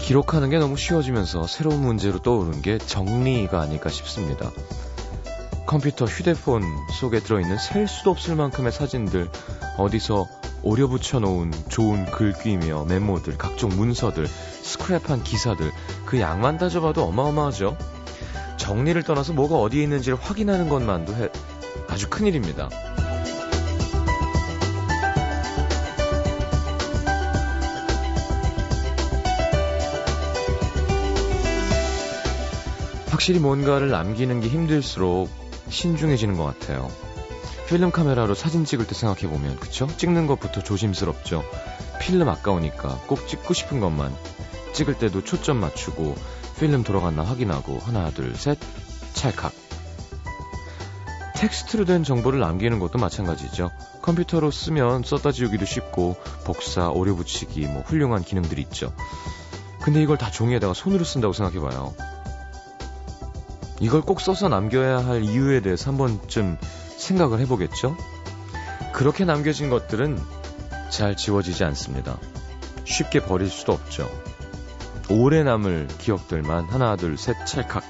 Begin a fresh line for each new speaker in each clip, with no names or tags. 기록하는 게 너무 쉬워지면서 새로운 문제로 떠오른 게 정리가 아닐까 싶습니다. 컴퓨터 휴대폰 속에 들어있는 셀 수도 없을 만큼의 사진들, 어디서 오려 붙여놓은 좋은 글귀며 메모들, 각종 문서들, 스크랩한 기사들, 그 양만 따져봐도 어마어마하죠? 정리를 떠나서 뭐가 어디에 있는지를 확인하는 것만도 해- 아주 큰일입니다. 확실히 뭔가를 남기는 게 힘들수록 신중해지는 것 같아요. 필름 카메라로 사진 찍을 때 생각해보면, 그쵸? 찍는 것부터 조심스럽죠. 필름 아까우니까 꼭 찍고 싶은 것만 찍을 때도 초점 맞추고, 필름 돌아갔나 확인하고, 하나, 둘, 셋, 찰칵. 텍스트로 된 정보를 남기는 것도 마찬가지죠. 컴퓨터로 쓰면 썼다 지우기도 쉽고, 복사, 오류 붙이기, 뭐, 훌륭한 기능들이 있죠. 근데 이걸 다 종이에다가 손으로 쓴다고 생각해봐요. 이걸 꼭 써서 남겨야 할 이유에 대해서 한 번쯤 생각을 해보겠죠? 그렇게 남겨진 것들은 잘 지워지지 않습니다. 쉽게 버릴 수도 없죠. 오래 남을 기억들만 하나, 둘, 셋, 찰칵.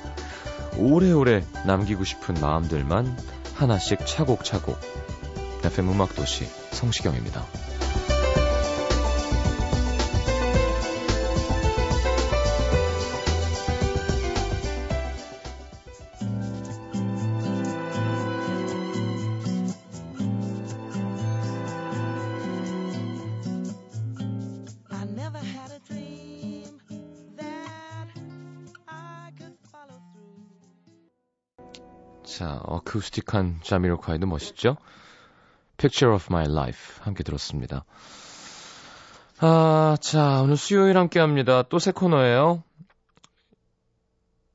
오래오래 남기고 싶은 마음들만 하나씩 차곡차곡. FM 음악도시 성시경입니다.
I never had a dream that I could follow through.
자, 어쿠스틱한 자미로콰이도 멋있죠? Picture of My Life 함께 들었습니다. 아, 자, 오늘 수요일 함께 합니다. 또 새 코너예요.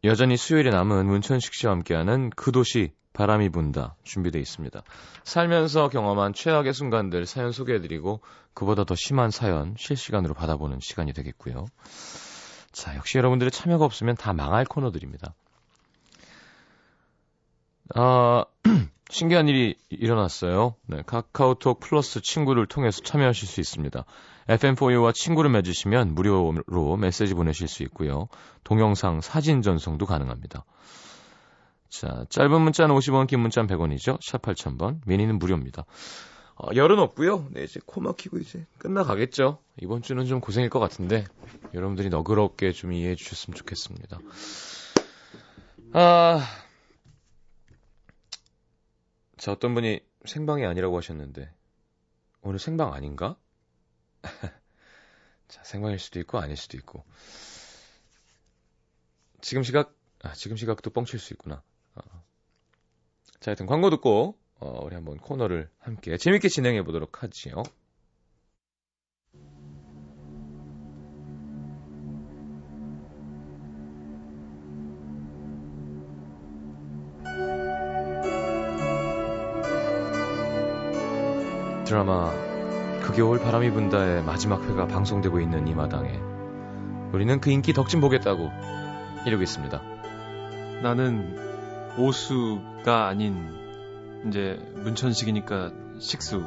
여전히 수요일에 남은 문천식 씨와 함께하는 그 도시 바람이 분다 준비되어 있습니다. 살면서 경험한 최악의 순간들 사연 소개해드리고 그보다 더 심한 사연 실시간으로 받아보는 시간이 되겠고요. 자, 역시 여러분들의 참여가 없으면 다 망할 코너들입니다. 아, 신기한 일이 일어났어요. 네, 카카오톡 플러스 친구를 통해서 참여하실 수 있습니다. FM4U와 친구를 맺으시면 무료로 메시지 보내실 수 있고요. 동영상, 사진 전송도 가능합니다. 자, 짧은 문자는 50원, 긴 문자는 100원이죠. 샵 8000번, 미니는 무료입니다. 어, 열은 없고요. 네, 이제 코 막히고 이제 끝나가겠죠. 이번 주는 좀 고생일 것 같은데 여러분들이 너그럽게 좀 이해해 주셨으면 좋겠습니다. 아, 자, 어떤 분이 생방이 아니라고 하셨는데, 오늘 생방 아닌가? 자, 생방일 수도 있고, 아닐 수도 있고. 지금 시각, 아, 지금 시각도 뻥칠 수 있구나. 어. 자, 하여튼 광고 듣고, 어, 우리 한번 코너를 함께 재밌게 진행해 보도록 하지요. 드라마 그 겨울 바람이 분다의 마지막 회가 방송되고 있는 이 마당에 우리는 그 인기 덕진 보겠다고 이러고 있습니다.
나는 오수가 아닌 이제 문천식이니까 식수.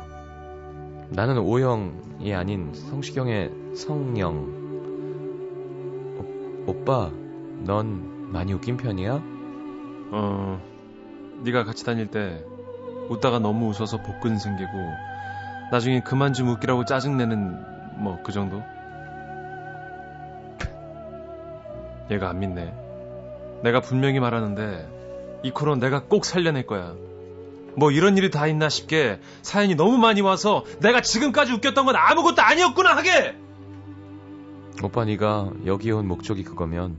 나는 오영이 아닌 성시경의 성영. 오, 오빠, 넌 많이 웃긴 편이야?
어, 네가 같이 다닐 때 웃다가 너무 웃어서 복근 생기고 나중에 그만 좀 웃기라고 짜증내는 뭐 그 정도? 얘가 안 믿네. 내가 분명히 말하는데 이 코너 내가 꼭 살려낼 거야. 뭐 이런 일이 다 있나 싶게 사연이 너무 많이 와서 내가 지금까지 웃겼던 건 아무것도 아니었구나 하게!
오빠 네가 여기 온 목적이 그거면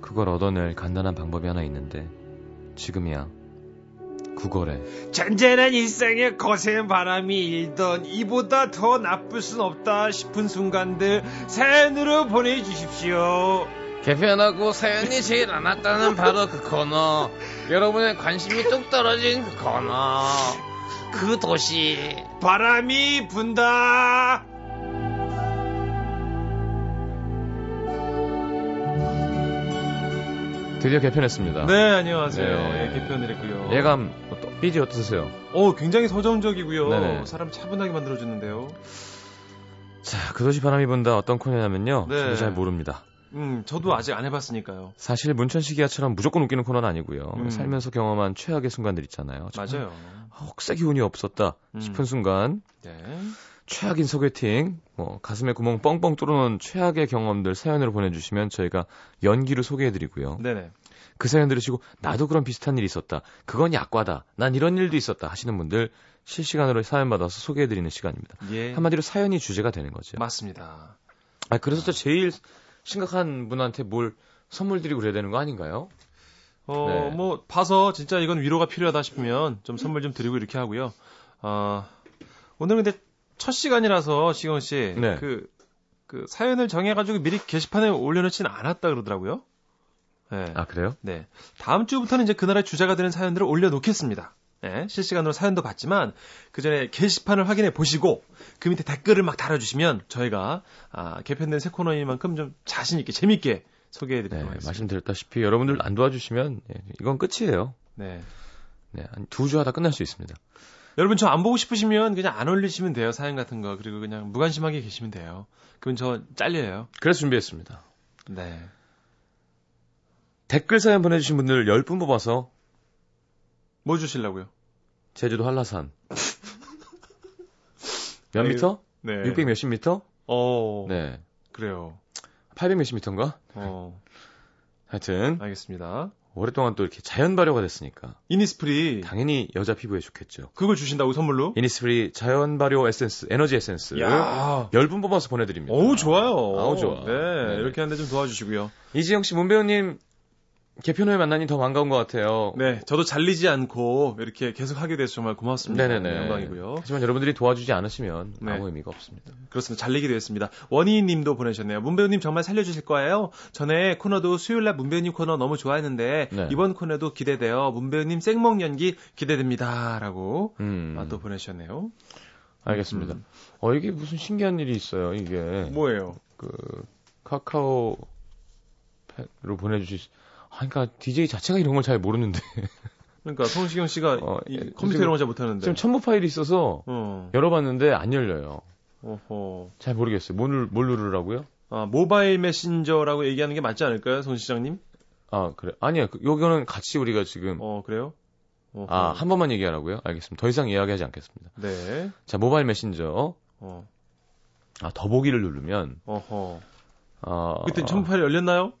그걸 얻어낼 간단한 방법이 하나 있는데 지금이야. 구걸해.
잔잔한 일상에 거센 바람이 일던 이보다 더 나쁠 순 없다 싶은 순간들 사연으로 보내주십시오.
개편하고 사연이 제일 안 왔다는 바로 그 코너. 여러분의 관심이 뚝 떨어진 그 코너. 그 도시.
바람이 분다.
드디어 개편했습니다.
네, 안녕하세요.
네.
예, 개편을 했고요.
예감 어떠- 삐지 어떠세요?
어, 굉장히 서정적이고요.
네네.
사람 차분하게 만들어주는데요.
자, 그도시 바람이 그 분다 어떤 코너냐면요.
네.
저도 잘 모릅니다.
음, 저도 아직 안 해봤으니까요.
사실 문천식 기아처럼 무조건 웃기는 코너는 아니고요.
음.
살면서 경험한 최악의 순간들 있잖아요. 정말
맞아요.
혹사 기운이 없었다
음.
싶은 순간
네.
최악인 소개팅, 뭐 가슴에 구멍 뻥뻥 뚫어놓은 최악의 경험들 사연으로 보내주시면 저희가 연기로 소개해드리고요.
네네.
그 사연 들으시고 나도 그런 비슷한 일이 있었다. 그건 약과다. 난 이런 일도 있었다 하시는 분들 실시간으로 사연 받아서 소개해드리는 시간입니다.
예.
한마디로 사연이 주제가 되는 거죠.
맞습니다.
아, 그래서 또 제일 심각한 분한테 뭘 선물 드리고 그래야 되는 거 아닌가요?
어,
네.
뭐, 봐서 진짜 이건 위로가 필요하다 싶으면 좀 선물 좀 드리고 이렇게 하고요. 어, 오늘 근데 첫 시간이라서, 시경 씨.
네.
그, 그 사연을 정해가지고 미리 게시판에 올려놓진 않았다 그러더라고요. 네.
아, 그래요?
네. 다음 주부터는 이제 그날의 주제가 되는 사연들을 올려놓겠습니다. 네, 실시간으로 사연도 봤지만 그 전에 게시판을 확인해 보시고 그 밑에 댓글을 막 달아주시면 저희가 아, 개편된 새 코너이만큼 좀 자신 있게 재밌게
네,
소개해드리도록 하겠습니다.
말씀드렸다시피 여러분들 안 도와주시면 예, 이건 끝이에요.
네.
네, 한두 주 하다 끝날 수 있습니다.
여러분 저 안 보고 싶으시면 그냥 안 올리시면 돼요 사연 같은 거 그리고 그냥 무관심하게 계시면 돼요. 그럼 저 잘려요.
그래서 준비했습니다.
네.
댓글 사연 보내주신 분들 10분 뽑아서
뭐 주실라고요?
제주도 한라산. 몇
아유,
미터?
네.
600 몇십 미터?
어.
네.
그래요.
800 몇십 미터인가?
어.
하여튼
알겠습니다.
오랫동안 또 이렇게 자연 발효가 됐으니까
이니스프리
당연히 여자 피부에 좋겠죠.
그걸 주신다고 선물로?
이니스프리 자연 발효 에센스, 에너지 에센스.
야.
10분 뽑아서 보내드립니다.
어우 예. 좋아요.
아우, 좋아.
네,
네.
이렇게 하는데 좀 도와주시고요.
이지영 씨, 문배우님 개편 후에 만나니 더 반가운 것 같아요.
네, 저도 잘리지 않고 이렇게 계속 하게 돼서 정말 고맙습니다.
네네네.
영광이고요.
하지만 여러분들이 도와주지 않으시면
네.
아무 의미가 없습니다.
그렇습니다. 잘리게 되었습니다. 원희님도 보내셨네요. 문배우님 정말 살려주실 거예요. 전에 코너도 수요일날 문배우님 코너 너무 좋아했는데
네.
이번 코너도 기대돼요. 문배우님 생목 연기 기대됩니다라고
음,
아, 또 보내셨네요.
알겠습니다.
음.
어, 이게 무슨 신기한 일이 있어요, 이게.
뭐예요?
그, 카카오 팩으로 보내주시, 아, 그니까 DJ 자체가 이런 걸 잘 모르는데.
그러니까 성시경 씨가
어,
이-
예,
컴퓨터
지금-
이런 거 잘 못하는데.
지금 첨부 파일이 있어서
어,
열어봤는데 안 열려요.
어허.
잘 모르겠어요. 뭘, 뭘 누르라고요?
아, 모바일 메신저라고 얘기하는 게 맞지 않을까요, 송 시장님?
아, 그래. 아니야. 그- 요거는 같이 우리가 지금,
어, 그래요? 어허.
음. 아, 한 번만 얘기하라고요? 알겠습니다. 더 이상 이야기하지 않겠습니다.
네.
자, 모바일 메신저.
어.
아, 더보기를 누르면,
어허.
아.
그때 첨파일 열렸나요?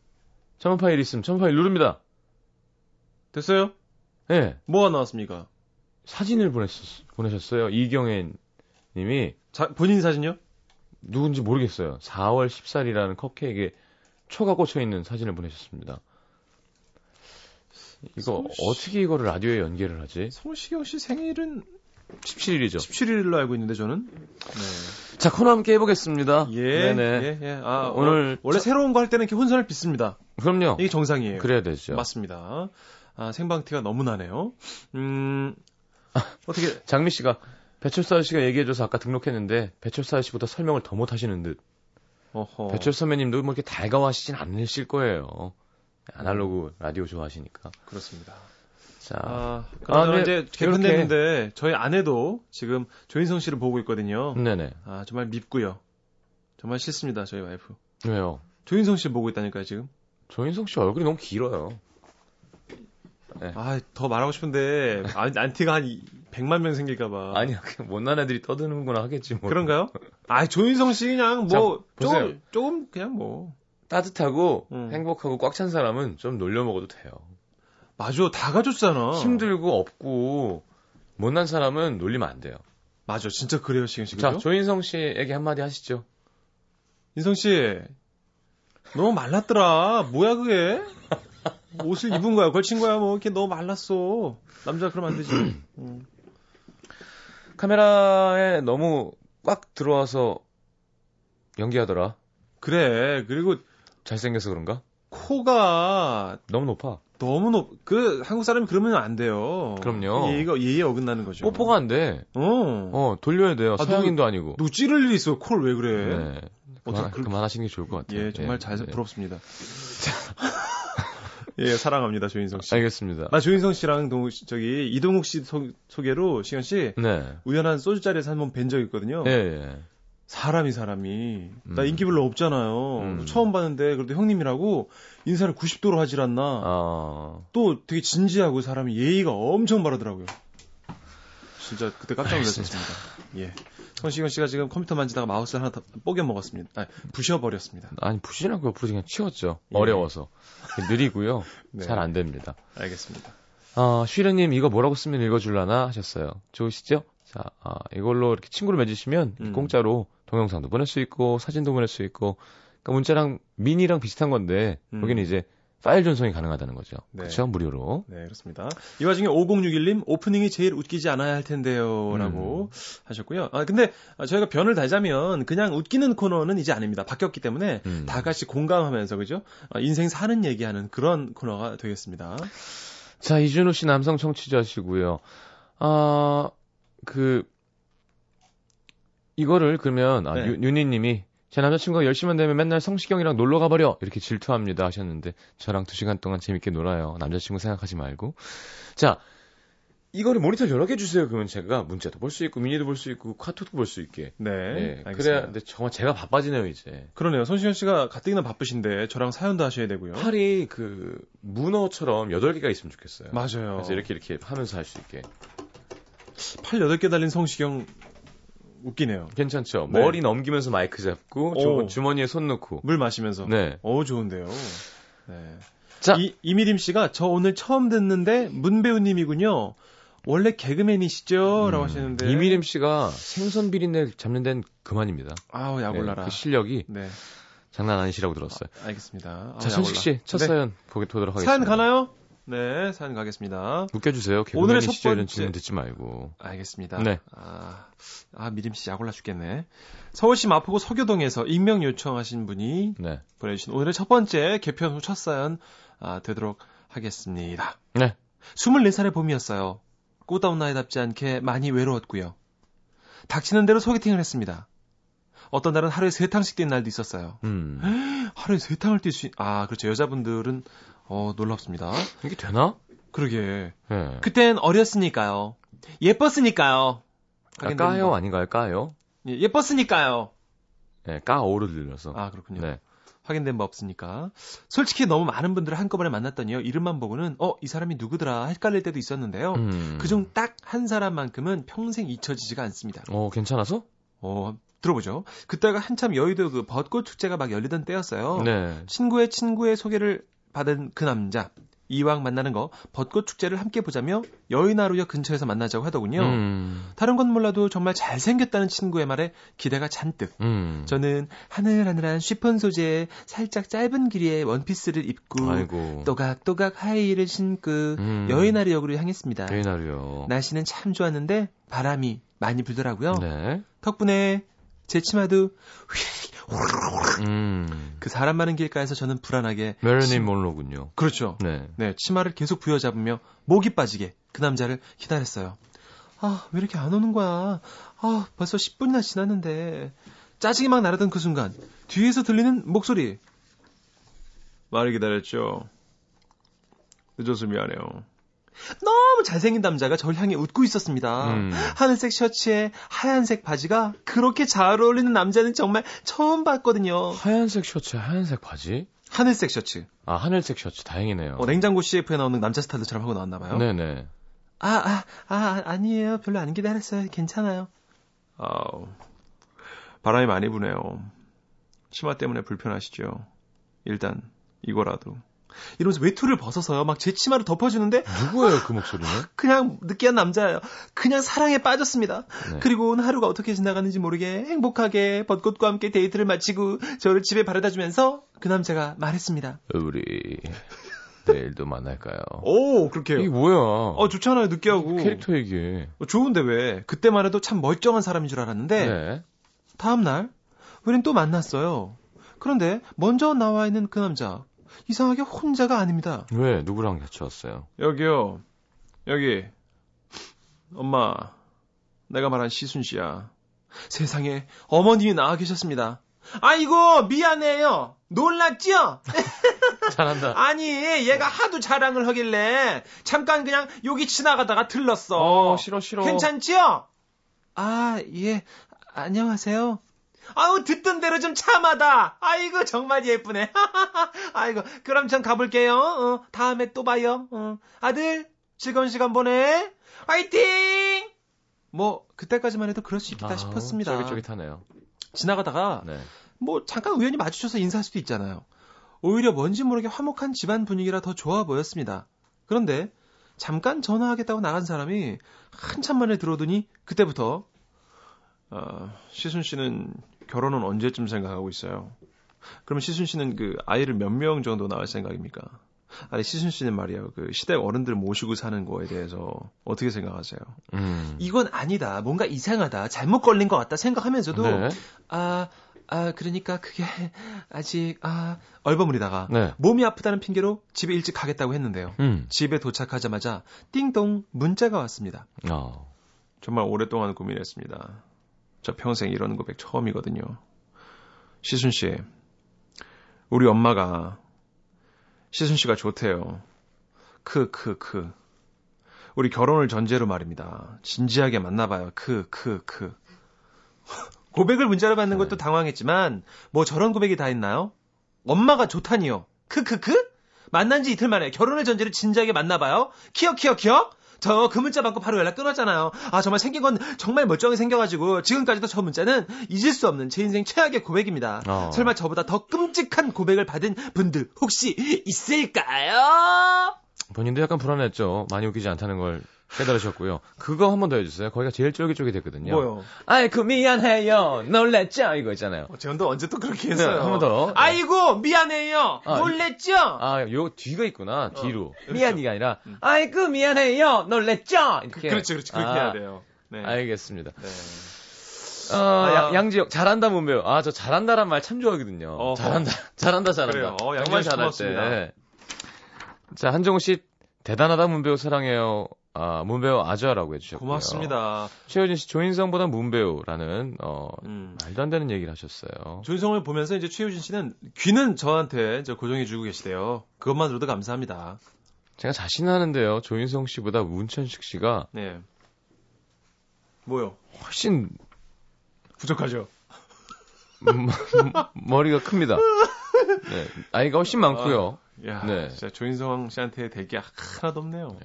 첨부 파일 있으면 첨부 파일 누릅니다.
됐어요?
예.
뭐가 나왔습니까?
사진을 보냈었, 보내셨어요. 이경혜 님이
자, 본인 사진요?
누군지 모르겠어요. 4월 14일이라는 컵케이크에 초가 꽂혀 있는 사진을 보내셨습니다. 이거
성씨.
어떻게 이거를 라디오에 연계를 하지?
성시경 씨 생일은
17일이죠.
17일로 알고 있는데 저는. 네.
자, 코너 함께 해보겠습니다.
예.
아, 네네.
예, 예. 아,
어, 오늘
원래 새로운 거 할 때는 이렇게 혼선을 빚습니다.
그럼요.
이게 정상이에요.
그래야 되죠.
맞습니다. 아, 생방티가 너무 나네요. 음.
아.
어떻게
장미 씨가 배철수 아저씨가 얘기해줘서 아까 등록했는데 배철수 아저씨보다 설명을 더 못하시는 듯.
어허.
배철수 선배님도 뭐 이렇게 달가워하시진 않으실 거예요. 아날로그 라디오 좋아하시니까.
그렇습니다.
자,
아, 그나저나
네.
이제 개편됐는데 저희 아내도 지금 조인성 씨를 보고 있거든요.
네네.
아, 정말 밉고요. 정말 싫습니다, 저희 와이프.
왜요?
조인성 씨 보고 있다니까요, 지금.
조인성 씨 얼굴이 너무 길어요. 네.
아, 더 말하고 싶은데, 아, 안- 안티가 한 100만 명 생길까봐.
아니야, 그냥 못난 애들이 떠드는구나 하겠지 뭐.
그런가요? 아, 조인성 씨 그냥 뭐,
자, 보세요.
조금, 조금, 그냥 뭐.
따뜻하고
음.
행복하고 꽉 찬 사람은 좀 놀려 먹어도 돼요.
맞아, 다 가줬잖아.
힘들고 없고 못난 사람은 놀리면 안 돼요.
맞아, 진짜 그래요, 지금 씨.
자,
그죠?
조인성 씨에게 한마디 하시죠.
인성 씨, 너무 말랐더라. 뭐야, 그게? 옷을 입은 거야, 걸친 거야, 뭐, 이렇게 너무 말랐어. 남자 그러면 안 되지. 음.
카메라에 너무 꽉 들어와서 연기하더라.
그래, 그리고
잘생겨서 그런가?
코가
너무 높아.
너무 높, 그, 한국 사람이 그러면 안 돼요.
그럼요.
예의가, 예의에 어긋나는 거죠.
뽀뽀가 안 돼.
어.
어, 돌려야 돼요.
그렇죠. 아,
서양인도 아니고.
너 찌를 일이 있어, 콜 왜 그래?
네. 그만,
어떻게 그-
그만하시는 게 좋을 것 같아요.
예, 정말 잘,
네.
부럽습니다. 예, 사랑합니다, 조인성 씨.
알겠습니다.
나 조인성 씨랑 동, 저기, 이동욱 씨 소, 개로 시현 씨,
네.
우연한 소주 자리에서 한 번 뵌 적이 있거든요.
예, 예.
사람이 사람이 나
음.
인기 별로 없잖아요.
음.
처음 봤는데 그래도 형님이라고 인사를 90도로 하질 않나.
어.
또 되게 진지하고 사람이 예의가 엄청 바르더라고요. 진짜 그때 깜짝 놀랐습니다. 예. 성시경 씨가 지금 컴퓨터 만지다가 마우스를 하나 더 뽀개 먹었습니다. 아니, 부셔버렸습니다.
아니 부시지 않고 옆으로 그냥 치웠죠.
예.
어려워서 느리고요.
네.
잘 안 됩니다.
알겠습니다.
아, 슈이레님 이거 뭐라고 쓰면 읽어줄라나 하셨어요. 좋으시죠? 자, 아, 이걸로 이렇게 친구를 맺으시면
음.
공짜로 동영상도 보낼 수 있고 사진도 보낼 수 있고 그러니까 문자랑 미니랑 비슷한 건데
음.
여기는 이제 파일 전송이 가능하다는 거죠.
네.
그렇죠? 무료로.
네, 그렇습니다. 이 와중에 5061님, 오프닝이 제일 웃기지 않아야 할 텐데요. 라고
음.
하셨고요. 아, 근데 저희가 변을 달자면 그냥 웃기는 코너는 이제 아닙니다. 바뀌었기 때문에
음.
다 같이 공감하면서, 그죠? 아, 인생 사는 얘기하는 그런 코너가 되겠습니다.
자, 이준호 씨 남성 청취자시고요. 아, 그 이거를 그러면 아,
네.
유- 유니님이 제 남자친구가 10시만 되면 맨날 성시경이랑 놀러 가버려 이렇게 질투합니다 하셨는데 저랑 2시간 동안 재밌게 놀아요 남자친구 생각하지 말고 자 이거를 모니터 여러 개 주세요 그러면 제가 문자도 볼 수 있고 미니도 볼 수 있고 카톡도 볼 수 있게
네.
네,
알겠습니다.
그래야 근데 정말 제가 바빠지네요 이제
그러네요. 손시현 씨가 가뜩이나 바쁘신데 저랑 사연도 하셔야 되고요.
팔이 그 문어처럼 8개가 있으면 좋겠어요
맞아요.
그래서 이렇게 이렇게 하면서 할 수 있게
팔 여덟 개 달린 성시경 웃기네요.
괜찮죠.
네.
머리 넘기면서 마이크 잡고
오.
주- 주머니에 손 넣고.
물 마시면서.
네.
어 좋은데요. 네.
자.
이, 이미림 씨가 저 오늘 처음 듣는데 문 배우님이군요. 원래 개그맨이시죠? 라고 하시는데.
음, 이미림 씨가 생선 비린내 잡는 데는 그만입니다.
아우
네,
약올라라.
그 실력이
네.
장난 아니시라고 들었어요.
알겠습니다. 아우,
자, 천식
약올라.
씨, 첫
네.
사연 보게 보도록 하겠습니다.
사연 가나요? 네, 사연 가겠습니다.
웃겨주세요.
오늘의
개그맨이
첫
시절은
번째.
질문 듣지 말고.
알겠습니다.
네.
아, 아 미림 씨 약올라 죽겠네. 서울시 마포구 서교동에서 익명 요청하신 분이
네.
보내주신 오늘의 첫 번째 개편 후 첫 사연 아, 되도록 하겠습니다.
네.
24살의 봄이었어요. 꽃다운 나이답지 않게 많이 외로웠고요. 닥치는 대로 소개팅을 했습니다. 어떤 날은 하루에 세 탕씩 뛴 날도 있었어요.
음.
하루에 세 탕을 뛸 수, 있... 아, 그렇죠. 여자분들은, 어, 놀랍습니다.
이게 되나?
그러게.
네.
그땐 어렸으니까요. 예뻤으니까요.
아, 까요 아닌가요? 까요?
예, 예뻤으니까요.
네, 까오를 들려서.
아, 그렇군요.
네.
확인된 바 없으니까. 솔직히 너무 많은 분들을 한꺼번에 만났더니요. 이름만 보고는 어, 이 사람이 누구더라 헷갈릴 때도 있었는데요.
음.
어, 그중 딱 한 사람만큼은 평생 잊혀지지가 않습니다.
어, 괜찮아서?
어, 들어보죠. 그때가 한참 여의도 그 벚꽃 축제가 막 열리던 때였어요.
네.
친구의 친구의 소개를 받은 그 남자. 이왕 만나는 거 벚꽃 축제를 함께 보자며 여의나루역 근처에서 만나자고 하더군요.
음.
다른 건 몰라도 정말 잘생겼다는 친구의 말에 기대가 잔뜩.
음.
저는 하늘하늘한 쉬폰 소재의 살짝 짧은 길이의 원피스를 입고
아이고.
그 또각또각 하이힐을 신고
음.
여의나루역으로 향했습니다.
개인하루요.
날씨는 참 좋았는데 바람이 많이 불더라고요.
네.
덕분에 제 치마도
음.
그 사람 많은 길가에서 저는 불안하게
멜로님 몰로군요.
그렇죠.
네.
네, 치마를 계속 부여잡으며 목이 빠지게 그 남자를 기다렸어요. 아, 왜 이렇게 안 오는 거야? 아, 벌써 10분이나 지났는데. 짜증이 막 나르던 그 순간 뒤에서 들리는 목소리. 말을 기다렸죠. 늦어서 미안해요. 너무 잘생긴 남자가 저를 향해 웃고 있었습니다.
음.
하늘색 셔츠에 하얀색 바지가 그렇게 잘 어울리는 남자는 정말 처음 봤거든요.
하얀색 셔츠, 하얀색 바지?
하늘색 셔츠.
아, 하늘색 셔츠. 다행이네요.
어, 냉장고 CF에 나오는 남자 스타일처럼 하고 나왔나 봐요.
네네.
아, 아, 아, 아니에요. 별로 안 기다렸어요. 괜찮아요. 아우, 바람이 많이 부네요. 치마 때문에 불편하시죠. 일단, 이거라도. 이러면서 외투를 벗어서요. 막 제 치마를 덮어주는데,
누구예요, 그 목소리는?
그냥 느끼한 남자예요. 그냥 사랑에 빠졌습니다.
네.
그리고 하루가 어떻게 지나가는지 모르게 행복하게 벚꽃과 함께 데이트를 마치고 저를 집에 바래다 주면서 그 남자가 말했습니다.
우리, 내일도 만날까요?
오, 그렇게요.
어, 이게 뭐야?
어, 좋잖아요. 느끼하고.
캐릭터 얘기.
어, 좋은데 왜 그때만 해도 참 멀쩡한 사람인 줄 알았는데
네.
다음날 우린 또 만났어요 그런데 먼저 나와 있는 그 남자 이상하게 혼자가 아닙니다
왜? 누구랑 같이 왔어요?
여기요 여기 엄마 내가 말한 시순 씨야 세상에 어머님이 나와 계셨습니다 아이고 미안해요 놀랐죠?
잘한다.
아니 얘가 하도 자랑을 하길래 잠깐 그냥 여기 지나가다가 들렀어
어, 싫어, 싫어.
괜찮지요? 아, 예. 안녕하세요. 아우 듣던 대로 좀 참하다. 아이고 정말 예쁘네. 아이고 그럼 전 가볼게요. 어, 다음에 또 봐요. 어. 아들 즐거운 시간 보내. 화이팅. 뭐 그때까지만 해도 그럴 수 있겠다
아우,
싶었습니다.
쫄깃쫄깃하네요.
지나가다가
네.
뭐 잠깐 우연히 마주쳐서 인사할 수도 있잖아요. 오히려 뭔지 모르게 화목한 집안 분위기라 더 좋아 보였습니다. 그런데 잠깐 전화하겠다고 나간 사람이 한참 만에 들어오더니 그때부터 아, 시순 씨는 결혼은 언제쯤 생각하고 있어요? 그럼 시순 씨는 그 아이를 몇 명 정도 낳을 생각입니까? 아니 시순 씨는 말이야 그 시댁 어른들 모시고 사는 거에 대해서 어떻게 생각하세요?
음.
이건 아니다 뭔가 이상하다 잘못 걸린 것 같다 생각하면서도
네.
아, 아, 그러니까 그게 아직, 아, 얼버무리다가
네.
몸이 아프다는 핑계로 집에 일찍 가겠다고 했는데요.
음.
집에 도착하자마자 띵동 문자가 왔습니다.
어.
정말 오랫동안 고민했습니다. 저 평생 이러는 고백 처음이거든요. 시순 씨, 우리 엄마가 시순 씨가 좋대요. 크, 크, 크. 그, 우리 결혼을 전제로 말입니다. 진지하게 만나봐요. 크, 크, 크. 고백을 문자로 받는 것도 당황했지만 뭐 저런 고백이 다 있나요? 엄마가 좋다니요. 크, 크, 크. 만난 지 이틀 만에 결혼을 전제로 진지하게 만나봐요. 키역, 키역, 키역. 저 그 문자 받고 바로 연락 끊었잖아요. 아 정말 생긴 건 정말 멀쩡히 생겨가지고 지금까지도 저 문자는 잊을 수 없는 제 인생 최악의 고백입니다.
어.
설마 저보다 더 끔찍한 고백을 받은 분들 혹시 있을까요?
본인도 약간 불안했죠. 많이 웃기지 않다는 걸 깨달으셨고요. 그거 한 번 더 해주세요. 거기가 제일 쫄깃쫄깃했거든요. 아이고 그 미안해요. 놀랬죠? 이거 있잖아요.
어, 재현도 언제 또 그렇게
했어요? 네, 한번 더.
아이고 미안해요.
아,
놀랬죠?
아, 요 뒤가 있구나. 뒤로.
그렇죠.
미안이가 아니라 아이고 그 미안해요. 놀랬죠? 이렇게.
그렇지 그렇지 그렇게
아,
해야 돼요. 네. 아,
알겠습니다.
네.
어, 양, 양지혁 잘한다 문배우. 아, 저 잘한다란 말 참 좋아하거든요.
어허.
잘한다, 잘한다, 잘한다.
그래요. 어,
정말
양지혁 씨
잘할 때.
고맙습니다.
자, 한종우 씨 대단하다 문배우 사랑해요. 아, 문배우 아주아라고 해주셨고요.
고맙습니다.
최효진 씨 조인성보다 문배우라는 어
음.
말도 안 되는 얘기를 하셨어요.
조인성을 보면서 이제 최유진 씨는 귀는 저한테 저 고정해주고 계시대요. 그것만으로도 감사합니다.
제가 자신하는데요. 조인성 씨보다 문천식 씨가
네. 뭐요?
훨씬
부족하죠.
음, 머리가 큽니다. 네, 나이가 훨씬 많고요.
야,
네.
진짜 조인성 씨한테 될 게 하나도 없네요.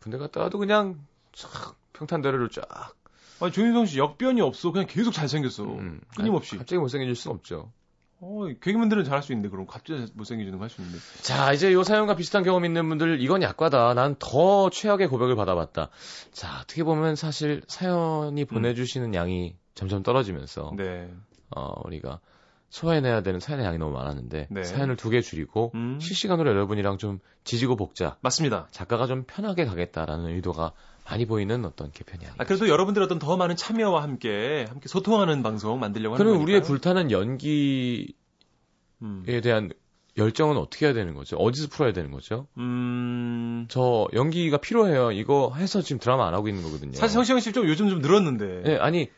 군대 갔다 와도 그냥 쫙 평탄대로를 쫙
아니, 조인성 씨 역변이 없어. 그냥 계속 잘생겼어.
음.
끊임없이.
아니, 갑자기 못생겨질 순 없죠.
어, 개그맨들은 잘할 수 있는데, 그럼 갑자기 못생겨지는 거 할 수 있는데.
자, 이제 요 사연과 비슷한 경험 있는 분들, 이건 약과다. 난 더 최악의 고백을 받아봤다. 자, 어떻게 보면 사실
음.
사연이 보내주시는 양이 점점 떨어지면서,
네.
어, 우리가 소화해내야 되는 사연의 양이 너무 많았는데,
네.
사연을 두 개 줄이고,
음.
실시간으로 여러분이랑 좀 지지고 볶자,
맞습니다.
작가가 좀 편하게 가겠다라는 의도가 많이 보이는 어떤 개편이 아니에요.
아, 그래도 여러분들 어떤 더 많은 참여와 함께, 함께 소통하는 방송 만들려고 하는
그러면
거니까요.
우리의 불타는 연기에
음.
대한 열정은 어떻게 해야 되는 거죠? 어디서 풀어야 되는 거죠?
음.
저 연기가 필요해요. 이거 해서 지금 드라마 안 하고 있는 거거든요.
사실 성시경 씨 좀 요즘 좀 늘었는데.
예, 아니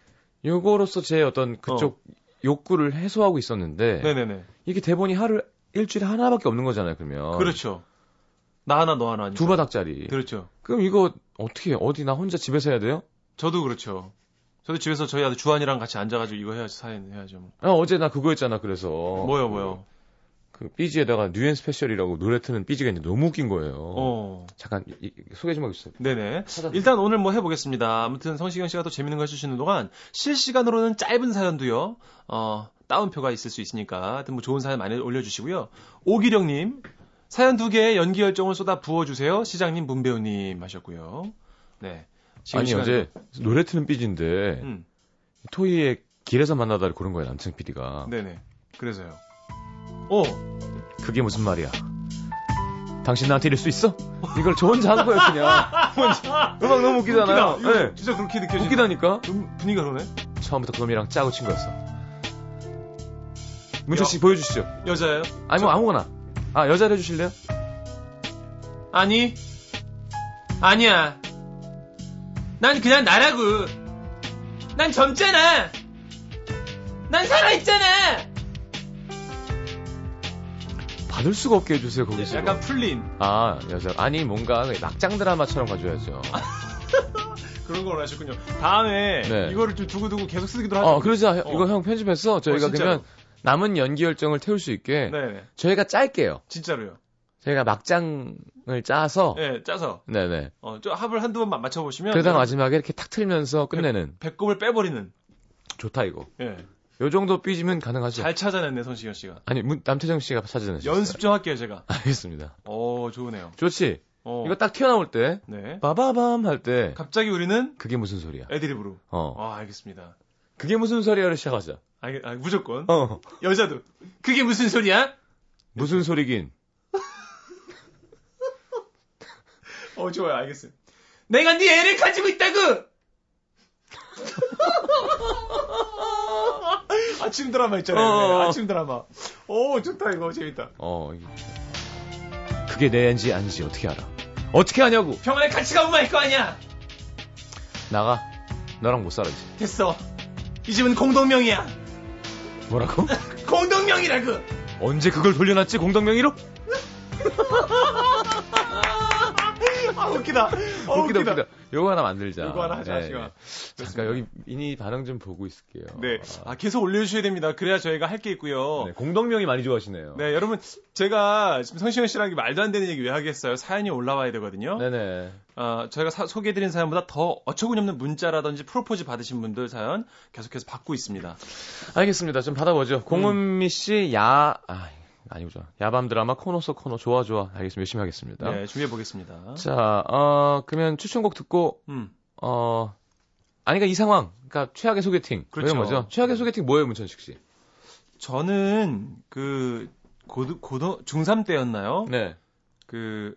요거로서 제 어떤 그쪽 욕구를 해소하고 있었는데
네네네.
이게 대본이 하루 일주일에 하나밖에 없는 거잖아요. 그러면
그렇죠. 나 하나, 너 하나. 아니까.
어. 두 바닥짜리.
그렇죠.
그럼 이거 어떻게 해요? 어디 나 혼자 집에서 해야 돼요?
저도 그렇죠. 저도 집에서 저희 아들 주한이랑 같이 앉아가지고 이거 해야지, 사연 해야죠. 뭐.
아, 어제 나 그거 했잖아. 어, 그래서
뭐요, 뭐요.
그 삐지에다가 뉴엔 스페셜이라고 노래 트는 삐지가 있는데 너무 웃긴 거예요.
어.
잠깐 이- 이- 소개 좀 하겠어요.
네네.
찾아서.
일단 오늘 뭐 해보겠습니다. 아무튼 성시경 씨가 또 재밌는 거 해주시는 동안 실시간으로는 짧은 사연도요. 어, 다운표가 있을 수 있으니까 하여튼 뭐 좋은 사연 많이 올려주시고요. 오기령님 사연 두 개에 연기 열정을 쏟아 부어주세요. 시장님 문배우님 하셨고요. 네. 지금
아니
시간은-
어제 노래 트는 삐지인데
음,
토이의 길에서 만나다를 고른 거예요. 남창 PD가.
네네. 그래서요.
어,
오.
그게 무슨 말이야? 당신 나한테 이럴 수 있어? 이걸 저 혼자 한 거예요, 그냥. 혼자. 음악 너무 웃기잖아요.
웃기다. 이거
예.
진짜 그렇게 느껴지네.
웃기다니까?
음, 분위기가 그러네.
처음부터 그놈이랑 짜고 친 거였어. 문철 씨 보여주시죠.
여자예요?
아니, 뭐 아무거나. 아, 여자를 해주실래요?
아니. 아니야. 난 그냥 나라고. 난 젊잖아. 난 살아있잖아.
받을 수가 없게 해주세요, 거기서.
네, 약간 풀린. 아.
아, 여자. 아니, 뭔가 낙장 드라마처럼 가져야죠.
그런 걸 원하셨군요. 다음에
네.
이거를 좀 두고두고 계속 쓰기도 하죠.
어, 그러자.
어.
이거 형 편집해서 저희가
진짜로.
그러면 남은 연기 열정을 태울 수 있게
네, 네.
저희가 짤게요.
진짜로요.
저희가 막장을 짜서
네, 짜서
네, 네.
어, 저 합을 한두 번만 맞춰 보시면 네.
그러다 마지막에 이렇게 탁 틀면서 끝내는
배꼽을 빼버리는.
좋다 이거.
예.
요 정도 삐지면 가능하죠.
잘 찾아냈네, 손시경 씨가.
아니, 문- 남태정 씨가 찾아내셨어요.
연습 좀 할게요, 제가.
알겠습니다.
오, 좋으네요.
좋지.
어.
이거 딱 튀어나올 때
네.
바바밤 할 때
갑자기 우리는
그게 무슨 소리야?
애드립으로.
어.
아, 알겠습니다.
그게 무슨 소리야를 시작하자.
알 아, 무조건.
어.
여자도. 그게 무슨 소리야?
무슨 소리긴.
어, 좋아요. 알겠어요. 내가 네 애를 가지고 있다고! 아침 드라마 있잖아요.
어.
네, 아침 드라마. 오, 좋다, 이거. 재밌다.
어. 이게- 그게 내 애인지 아닌지 어떻게 알아? 어떻게 아냐고.
병원에 같이 가면 말거 아니야!
나가. 너랑 못 살아 이제.
됐어. 이 집은 공동명이야.
뭐라고?
공동명이라고!
언제 그걸 돌려놨지 공동명의로?
어, 아, 웃기다. 어,
웃기다 웃기다. 요거 하나 만들자.
요거 하나 하자,
예,
시간.
예. 잠깐 여기 미니 반응 좀 보고 있을게요.
네. 아, 계속 올려주셔야 됩니다. 그래야 저희가 할 게 있고요.
네, 공동명이 많이 좋아하시네요.
네, 여러분, 제가 지금 성시현 씨랑 말도 안 되는 얘기 왜 하겠어요? 사연이 올라와야 되거든요.
네네.
어, 저희가 사- 소개해드린 사연보다 더 어처구니없는 문자라든지 프로포즈 받으신 분들 사연 계속해서 받고 있습니다.
알겠습니다. 좀 받아보죠. 공은미 씨, 야, 아, 아니죠. 야밤 드라마 코너 속 코너. 좋아, 좋아. 알겠습니다. 열심히 하겠습니다.
네, 준비해보겠습니다.
자, 어, 그러면 추천곡 듣고,
음,
어, 아니, 그니까 이 상황. 그니까 최악의 소개팅.
그렇죠.
그게 뭐죠? 최악의 소개팅 뭐예요, 문천식 씨?
저는 그, 고등, 고등, 중3 때였나요?
네.
그,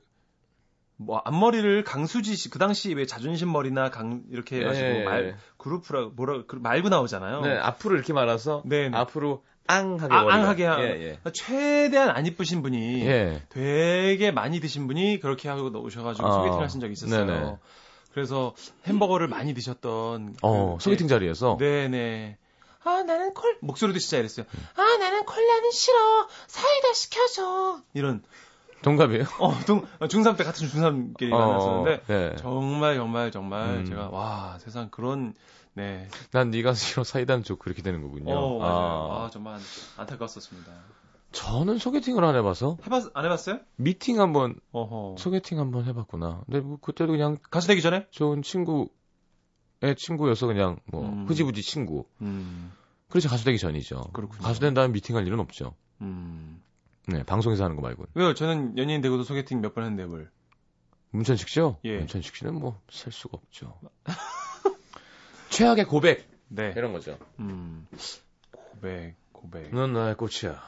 뭐, 앞머리를 강수지 씨, 그 당시 왜 자존심 머리나 강, 이렇게 해가지고
예, 예, 예.
말, 그룹프라, 뭐라, 그, 말고 나오잖아요.
네, 앞으로 이렇게 말아서,
네, 네.
앞으로 앙하게.
아,
머리가.
앙하게 하
예,
최대한 안 이쁘신
예.
분이
예.
되게 많이 드신 분이 그렇게 하고 오셔가지고
아,
소개팅 하신 적이 있었어요.
네네.
그래서 햄버거를 많이 드셨던 네.
어, 소개팅 자리에서.
그, 예. 네네. 아 나는 콜 목소리도 진짜 이랬어요.
음.
아 나는 콜라는 싫어 사이다 시켜줘 이런
동갑이에요?
예, 어동 중3 때 같은 중3끼리
어,
만났었는데
네.
정말 정말 정말
음.
제가 와 세상 그런 네
난 네가 싫어 사이다는 좋고 그렇게 되는 거군요.
어, 맞아요.
아.
아 정말 안- 안타까웠었습니다.
저는 소개팅을 안 해봐서
해봤 안 해봤어요?
미팅 한번
어허
소개팅 한번 해봤구나. 근데 뭐 그때도 그냥
가수 되기 전에?
좋은 친구의 친구여서 그냥 뭐
음.
흐지부지 친구.
음
그렇지 가수 되기 전이죠.
그렇군요.
가수 된 다음에 미팅할 일은 없죠.
음.
네 방송에서 하는 거 말고는.
왜요? 저는 연예인 되고도 소개팅 몇 번 했는데 뭘.
문천식 씨요?
예.
문천식 씨는 뭐 셀 수가 없죠. 최악의 고백
네.
이런 거죠.
음. 고백, 고백.
넌 나의 꽃이야.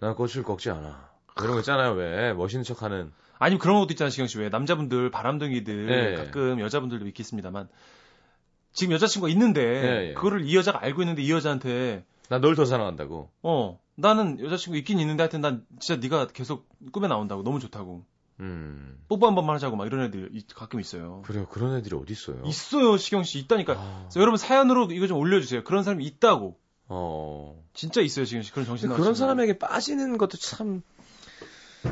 난 꽃을 꺾지 않아. 이런 거 있잖아요. 왜 멋있는 척하는.
아니면 그런 것도 있잖아요, 시경 씨. 왜 남자분들, 바람둥이들,
네.
가끔 여자분들도 있겠습니다만. 지금 여자친구가 있는데,
네, 예.
그거를 이 여자가 알고 있는데 이 여자한테,
난 널 더 사랑한다고.
어, 나는 여자친구 있긴 있는데 하여튼 난 진짜 네가 계속 꿈에 나온다고, 너무 좋다고.
음.
뽀뽀 한 번만 하자고 막 이런 애들 이- 가끔 있어요.
그래요. 그런 애들이 어디 있어요?
있어요, 시경 씨. 있다니까.
아.
그래서 여러분 사연으로 이거 좀 올려주세요. 그런 사람이 있다고.
어.
진짜 있어요, 시경 씨. 그런 정신
근데 그런
나간 친구.
사람에게 빠지는 것도 참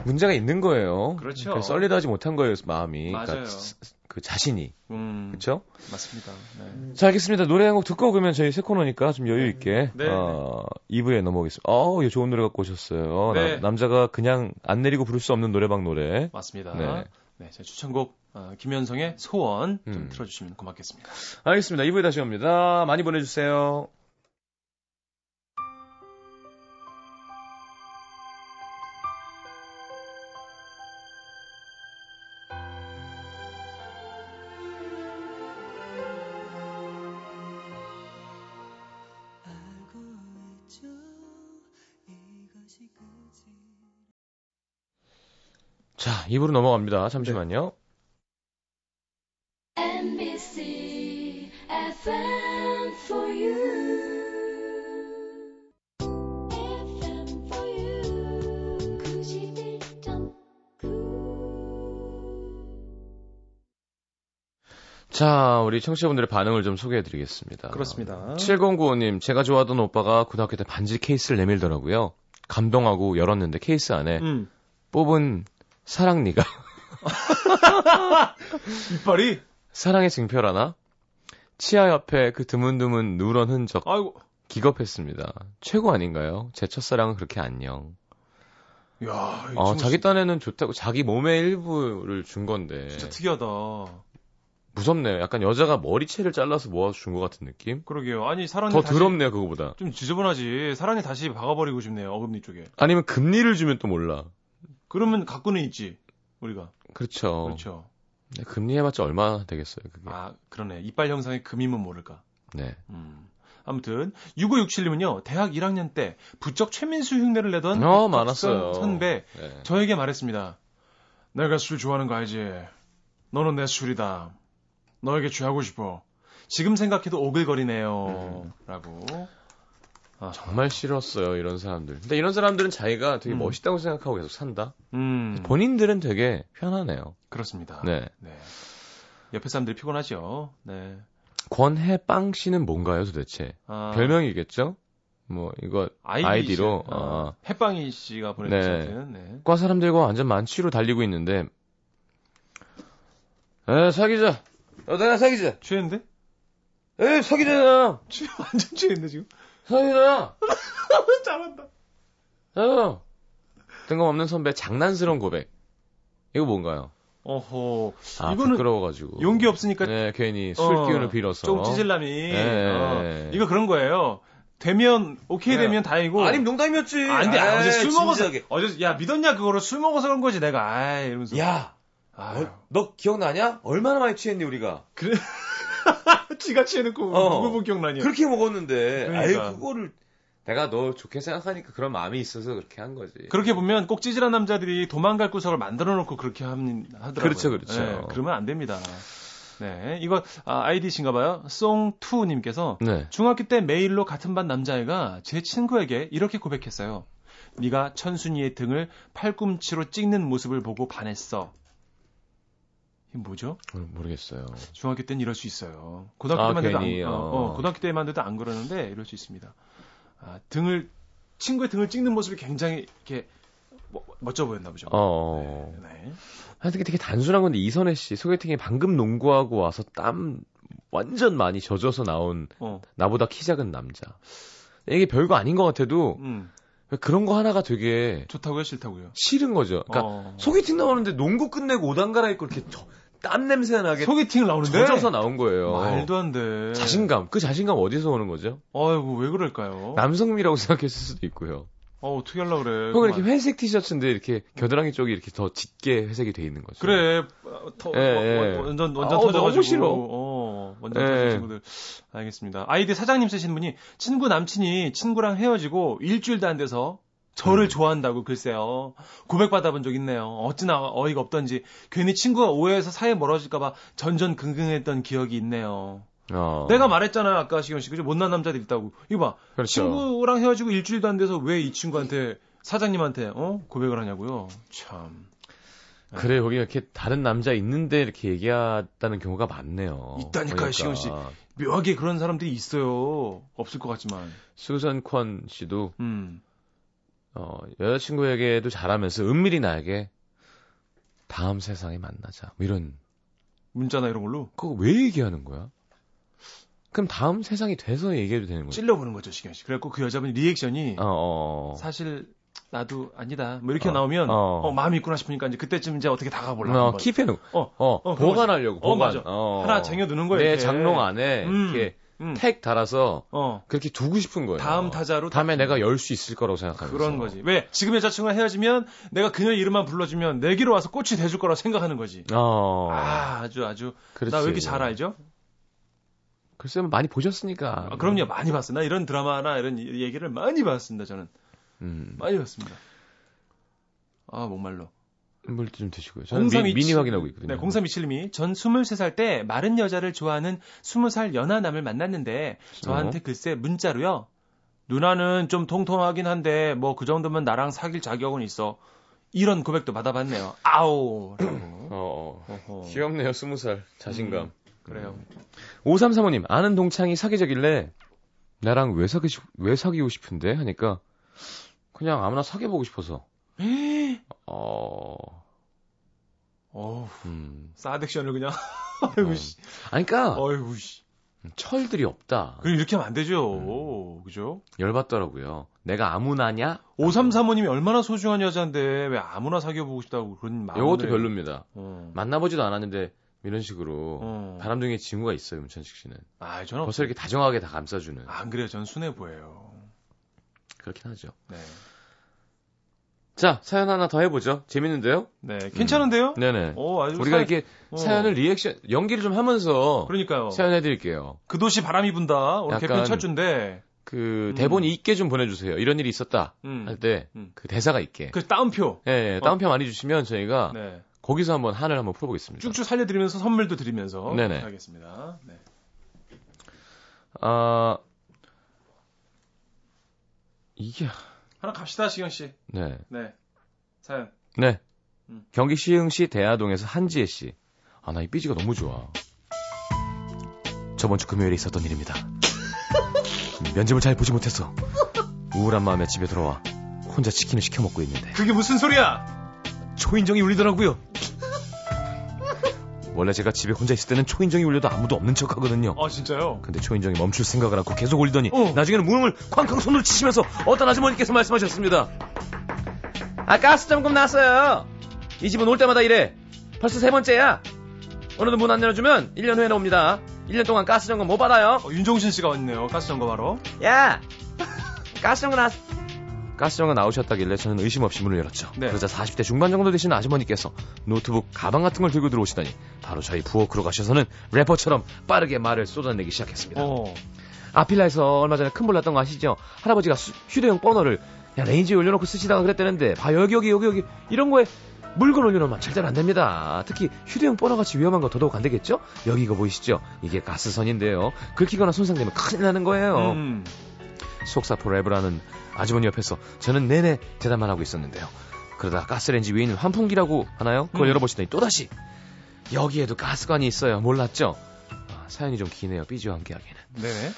문제가 있는 거예요.
그렇죠.
그러니까 썰리다 하지 못한 거예요, 마음이.
맞아요.
그러니까 스- 스- 그 자신이.
음,
그렇죠?
맞습니다. 네.
자, 알겠습니다. 노래 한 곡 듣고 그러면 저희 새 코너니까 좀 여유 있게
네,
어, 2부에 넘어오겠습니다. 어, 좋은 노래 갖고 오셨어요.
네.
나- 남자가 그냥 안 내리고 부를 수 없는 노래방 노래.
맞습니다.
네.
네. 제 추천곡 어, 김현성의 소원 좀
음.
틀어주시면 고맙겠습니다.
알겠습니다. 2부에 다시 옵니다. 많이 보내 주세요.
알고 있죠 이것이 끝이
자, 2부로 넘어갑니다. 잠시만요.
NBC FM for you. FM for you. 91.9.
자, 우리 청취자분들의 반응을 좀 소개해 드리겠습니다.
그렇습니다.
7095님, 제가 좋아하던 오빠가 고등학교 때 반지 케이스를 내밀더라고요. 감동하고 열었는데 케이스 안에
음.
뽑은 사랑니가
이빨이
사랑의 증표라나? 치아 옆에 그 드문드문 누런 흔적
아이고,
기겁했습니다. 최고 아닌가요? 제 첫사랑은 그렇게 안녕.
야,
아, 자기 딴에는 좋다고 자기 몸의 일부를 준 건데
진짜 특이하다.
무섭네요. 약간 여자가 머리채를 잘라서 모아서 준 것 같은 느낌?
그러게요. 아니 사랑니
더
다시
더럽네요 그거보다.
좀 지저분하지. 사랑니 다시 박아버리고 싶네요. 어금니 쪽에.
아니면 금리를 주면 또 몰라.
그러면 갖고는 있지. 우리가
그렇죠.
그렇죠.
네, 금리 해봤자 얼마나 되겠어요 그게.
아 그러네. 이빨 형상의 금이면 모를까.
네.
음. 아무튼 6567님은요 대학 1학년 때 부쩍 최민수 흉내를 내던
어,
박선
많았어요.
선배
네.
저에게 말했습니다. 내가 술 좋아하는 거 알지? 너는 내 술이다. 너에게 취하고 싶어. 지금 생각해도 오글거리네요. 라고. 아,
정말 싫었어요 이런 사람들. 근데 이런 사람들은 자기가 되게
음.
멋있다고 생각하고 계속 산다.
음,
본인들은 되게 편하네요.
그렇습니다.
네.
네. 옆에 사람들이 피곤하죠. 네.
권해빵 씨는 뭔가요 도대체?
아,
별명이겠죠? 뭐 이거
아이디
아이디로,
씨. 아,
아.
햇빵이 씨가 보내주셨는. 네.
과 사람들과 완전 만취로 달리고 있는데 에 사귀자 어, 내가 사귀자
취했는데?
에 사귀자
취 완전 취했는데 지금? 아,
사귀자
잘한다.
어 뜬금없는 선배 장난스러운 고백 이거 뭔가요?
어허.
아
이거는
부끄러워가지고
용기 없으니까
네 괜히 술
그러니까 어,
기운을 빌어서
좀 찌질남이.
예.
어, 이거 그런 거예요. 되면 오케이
예.
되면 다행이고.
아니 농담이었지.
아, 근데
아이,
어제 술 먹어서
진지하게.
어제 야 믿었냐 그거를 술 먹어서 그런 거지 내가 아이 이러면서
야,
아유,
어, 너 기억나냐? 얼마나 많이 취했니 우리가?
그래 지가 취해놓고
어.
누구 본 기억나냐
그렇게 먹었는데,
그러니까.
아유 그거를
내가 너 좋게 생각하니까 그런 마음이 있어서 그렇게 한 거지
그렇게 보면 꼭 찌질한 남자들이 도망갈 구석을 만들어 놓고 그렇게 함- 하더라고요.
그렇죠, 그렇죠.
예, 그러면 안 됩니다. 네, 이거 아, 아이디신가 봐요. 송투님께서
네
중학교 때 메일로 같은 반 남자애가 제 친구에게 이렇게 고백했어요. 네가 천순이의 등을 팔꿈치로 찍는 모습을 보고 반했어. 이게 뭐죠?
모르겠어요
중학교 때는 이럴 수 있어요. 고등학교
아,
때만 해도
괜히,
안, 어, 어,
어.
고등학교 때만 해도 안 그러는데 이럴 수 있습니다. 아, 등을 친구의 등을 찍는 모습이 굉장히 이렇게 멋- 멋져 보였나 보죠.
어
네.
하여튼 되게 단순한 건데 이선혜 씨 소개팅에 방금 농구하고 와서 땀 완전 많이 젖어서 나온
어.
나보다 키 작은 남자. 이게 별거 아닌 것 같아도
음.
그런 거 하나가 되게
좋다고요, 싫다고요.
싫은 거죠. 그러니까
어.
소개팅 나오는데 농구 끝내고 옷 안 갈아입고 이렇게 저- 땀 냄새 나게
소개팅 나오는데
젖어서 나온 거예요.
말도 안 돼.
자신감. 그 자신감 어디서 오는 거죠?
아이고 왜 그럴까요?
남성미라고 생각했을 수도 있고요.
어, 어떻게 하려고 그래.
혹은
그만.
이렇게 회색 티셔츠인데 이렇게 겨드랑이 쪽이 이렇게 더 짙게 회색이 돼 있는 거죠.
그래. 어, 터,
예,
어,
예.
어, 완전
아,
완전
너무
터져가지고.
싫어.
어, 완전
예.
터진 친구들. 알겠습니다. 아이디 사장님 쓰신 분이 친구 남친이 친구랑 헤어지고 일주일도 안 돼서 저를
음.
좋아한다고 글쎄요. 고백 받아본 적 있네요. 어찌나 어이가 없던지 괜히 친구가 오해해서 사이에 멀어질까봐 전전긍긍했던 기억이 있네요.
어.
내가 말했잖아요 아까 시경 씨 그죠 못난 남자들 있다고. 이거 봐
그렇죠.
친구랑 헤어지고 일주일도 안 돼서 왜 이 친구한테 사장님한테 어 고백을 하냐고요. 참.
그래 여기 이렇게 다른 남자 있는데 이렇게 얘기했다는 경우가 많네요. 그러니까.
있다니까요, 시훈 씨. 묘하게 그런 사람들이 있어요. 없을 것 같지만.
수선 권 씨도
음.
어, 여자친구에게도 잘하면서 은밀히 나에게 다음 세상에 만나자 뭐 이런
문자나 이런 걸로
그거 왜 얘기하는 거야? 그럼 다음 세상이 돼서 얘기해도 되는 거지?
찔러보는 거죠, 시경 씨. 그래갖고 그 여자분 리액션이
어, 어, 어.
사실 나도 아니다. 뭐 이렇게
어,
나오면
어.
어. 마음이 있구나 싶으니까 이제 그때쯤 이제 어떻게 다가보려고
어,
한번.
킵해놓고
어,
어,
그런
보관하려고
어,
보관
맞아. 하나 쟁여두는 거예요.
내
이렇게.
장롱 안에
음.
이렇게
음.
택 달아서
어.
그렇게 두고 싶은 거예요.
다음 타자로
어. 다음에 내가 열 수 있을 거라고 생각하면서
그런 거지. 왜? 지금 여자친구랑 헤어지면 내가 그녀 이름만 불러주면 내게로 와서 꽃이 돼줄 거라고 생각하는 거지.
어,
아, 아주 아주.
그렇지.
나 왜 이렇게 잘 알죠?
글쎄 뭐 많이 보셨으니까.
아, 그럼요. 많이 봤어요. 나 이런 드라마나 이런 이- 얘기를 많이 봤습니다. 저는
음,
많이 봤습니다. 아 목말로.
물도 좀 드시고요. 저는 미, 미니 확인하고 있거든요.
네, 0327님이 전 23살 때 마른 여자를 좋아하는 20살 연하남을 만났는데
그렇죠.
저한테 글쎄 문자로요. 누나는 좀 통통하긴 한데 뭐 그 정도면 나랑 사귈 자격은 있어. 이런 고백도 받아봤네요. 아오. 라고.
어,
어허.
어. 귀엽네요, 스무 살 자신감.
그래요.
5335님, 아는 동창이 사귀자길래, 나랑 왜 사귀, 왜 사귀고 싶은데? 하니까, 그냥 아무나 사귀어보고 싶어서. 어,
어우,
음.
사덱션을 그냥. 아이고 씨.
어, 아니, 그니까,
어이구 씨.
철들이 없다.
그 이렇게 하면 안
네.
되죠. 그죠?
열받더라고요. 내가 아무나냐?
5335님이 얼마나 소중한 여자인데 왜 아무나 사귀어보고 싶다고 그런 마음.
이것도 별로입니다.
어.
만나보지도 않았는데 이런 식으로
어.
바람둥이 징후가 있어요, 문천식 씨는.
아, 저는
벌써 이렇게 다정하게 다 감싸주는.
안 그래요. 전 순해 보여요.
그렇긴 하죠.
네.
자, 사연 하나 더 해보죠. 재밌는데요?
네.
음.
괜찮은데요?
네네.
어, 아주
우리가
사-
이렇게
어.
사연을 리액션, 연기를 좀 하면서
그러니까요.
사연해드릴게요.
그 도시 바람이 분다. 오늘
약간-
개편 첫 주인데.
그
음.
대본이 있게 좀 보내주세요. 이런 일이 있었다
음.
할 때 그
음.
대사가 있게.
그 따옴표.
예, 예, 다운표 많이 주시면 저희가
네.
거기서 한번 한을 한번 풀어보겠습니다.
쭉쭉 살려드리면서 선물도 드리면서
네네.
하겠습니다. 네.
아 이게
하나 갑시다, 시경 씨.
네,
네. 사연.
네.
음.
경기 시흥시 대하동에서 한지혜 씨. 아 나 이 삐지가 너무 좋아. 저번 주 금요일에 있었던 일입니다. 음, 면접을 잘 보지 못해서 우울한 마음에 집에 돌아와 혼자 치킨을 시켜 먹고 있는데
그게 무슨 소리야?
초인종이 울리더라고요. 원래 제가 집에 혼자 있을 때는 초인종이 울려도 아무도 없는 척 하거든요.
아, 진짜요?
근데 초인종이 멈출 생각을 않고 계속 울리더니
어.
나중에는 무용을 쾅쾅 손으로 치시면서 어떤 아주머니께서 말씀하셨습니다. 아 가스 점검 났어요. 이 집은 올 때마다 이래. 벌써 세 번째야. 오늘도 문 안 열어주면 1년 후에 옵니다. 1년 동안 가스 점검 못 받아요.
어, 윤종신 씨가 왔네요. 가스 점검하러.
야! 가스정은 아- 나 가스정은 나오셨다길래 저는 의심 없이 문을 열었죠.
네.
그러자 40대 중반 정도 되시는 아주머니께서 노트북 가방 같은 걸 들고 들어오시다니 바로 저희 부엌으로 가셔서는 래퍼처럼 빠르게 말을 쏟아내기 시작했습니다.
어.
아필라에서 얼마 전에 큰 볼 났던 거 아시죠? 할아버지가 수- 휴대용 버너를 야, 레인지에 올려놓고 쓰시다가 그랬다는데 봐요 여기 여기 여기 여기 이런 거에 물건 올려놓으면 절대로 안 됩니다. 특히 휴대용 버너같이 위험한 거 더더욱 안 되겠죠? 여기 이거 보이시죠? 이게 가스선인데요. 긁히거나 손상되면 큰일 나는 거예요.
음.
속사포 랩을하는 아주머니 옆에서 저는 내내 대답만 하고 있었는데요. 그러다 가스레인지 위에 있는 환풍기라고 하나요? 그걸
음.
열어보시더니 또다시 여기에도 가스관이 있어요. 몰랐죠? 아, 사연이 좀 기네요. 삐지와 함께하기는.
네네.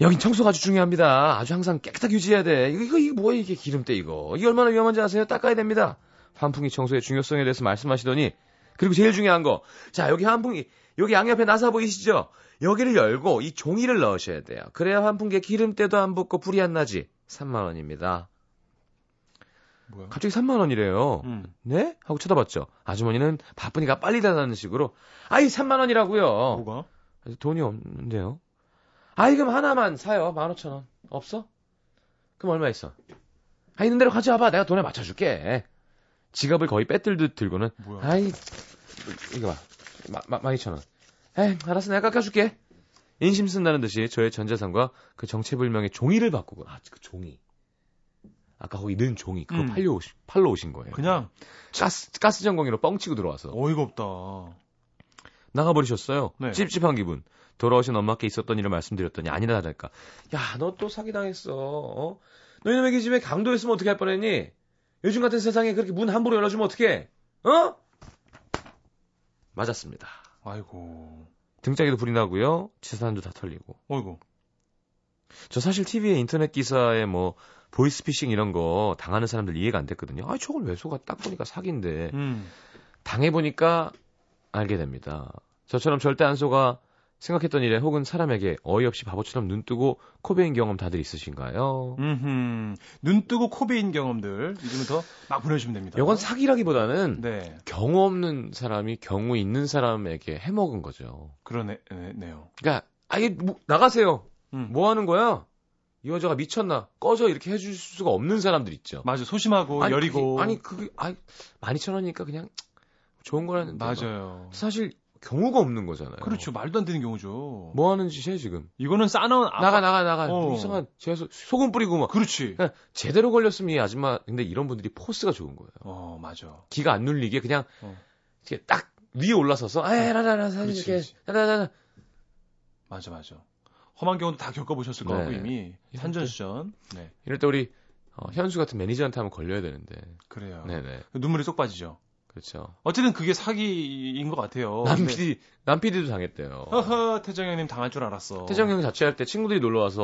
여긴 청소가 아주 중요합니다. 아주 항상 깨끗하게 유지해야 돼. 이거, 이거, 이거 뭐야, 이게 기름때 이거. 이게 얼마나 위험한지 아세요? 닦아야 됩니다. 환풍기 청소의 중요성에 대해서 말씀하시더니, 그리고 제일 중요한 거. 자, 여기 환풍기, 여기 양옆에 나사 보이시죠? 여기를 열고 이 종이를 넣으셔야 돼요. 그래야 환풍기에 기름때도 안 붙고 불이 안 나지. 3만원입니다.
뭐야?
갑자기 3만원이래요.
음.
네? 하고 쳐다봤죠. 아주머니는 바쁘니까 빨리 달라는 식으로, 아이, 3만원이라고요.
뭐가?
아직 돈이 없는데요. 아이 그럼 하나만 사요. 15,000원. 없어? 그럼 얼마 있어? 아 있는 대로 가져와봐. 내가 돈에 맞춰줄게. 지갑을 거의 빼들듯 들고는
뭐야?
아이 이거 봐. 마, 마, 12,000원. 에이 알았어 내가 깎아줄게. 인심 쓴다는 듯이 저의 전재산과 그 정체불명의 종이를 바꾸고 아 그 종이 아까 거기 는 종이 그거
음.
팔려 오신, 팔러 오신 거예요.
그냥
가스 가스 전공이로 뻥치고 들어와서
어이가 없다.
나가버리셨어요.
네.
찝찝한 기분. 돌아오신 엄마께 있었던 일을 말씀드렸더니 아니나 다를까. 야, 너 또 사기당했어. 어? 너 이놈의 기집애 강도였으면 어떻게 할 뻔했니? 요즘 같은 세상에 그렇게 문 함부로 열어주면 어떡해? 어? 맞았습니다.
아이고.
등짝에도 불이 나고요. 재산도 다 털리고.
어이고.
저 사실 TV에 인터넷 기사에 뭐 보이스피싱 이런 거 당하는 사람들 이해가 안 됐거든요. 아, 저걸 왜 속아 딱 보니까 사기인데.
음.
당해보니까 알게 됩니다. 저처럼 절대 안 속아 생각했던 일에 혹은 사람에게 어이없이 바보처럼 눈 뜨고 코베인 경험 다들 있으신가요?
음흠. 눈 뜨고 코베인 경험들 지금부터 막 보내주시면 됩니다.
이건 사기라기보다는
네.
경우 없는 사람이 경우 있는 사람에게 해먹은 거죠.
그러네, 네, 네요.
그러니까 아예 뭐, 나가세요.
음.
뭐 하는 거야? 이 여자가 미쳤나? 꺼져 이렇게 해줄 수가 없는 사람들 있죠.
맞아. 소심하고 뭐 여리고.
그게, 아니 그게 아니 12,000원이니까 그냥 좋은 거라는데
맞아요.
막 사실 경우가 없는 거잖아요.
그렇죠. 말도 안 되는 경우죠.
뭐 하는 짓이야 지금?
이거는 싸나운 아,
나가 나가 나가
어.
이상한 제가 소금 뿌리고 막
그렇지.
그냥 제대로 걸렸으면 이 아줌마 근데 이런 분들이 포스가 좋은 거예요
어, 맞아.
기가 안 눌리게 그냥
어.
이렇게 딱 위에 올라서서 아라라라 사진
그렇지,
이렇게
그렇지.
라라라
맞아, 맞아. 험한 경우도 다 겪어보셨을 것 같고,
네.
이미. 산전수전. 네.
이럴 때 우리 어, 현수 같은 매니저한테 한번 걸려야 되는데
그래요.
네네
눈물이 쏙 빠지죠.
그렇죠
어쨌든 그게 사기인 것 같아요.
남
어, 근데-
PD 남 PD도 당했대요
허허, 태정 형님 당할 줄 알았어.
태정 형 자취할 때 친구들이 놀러 와서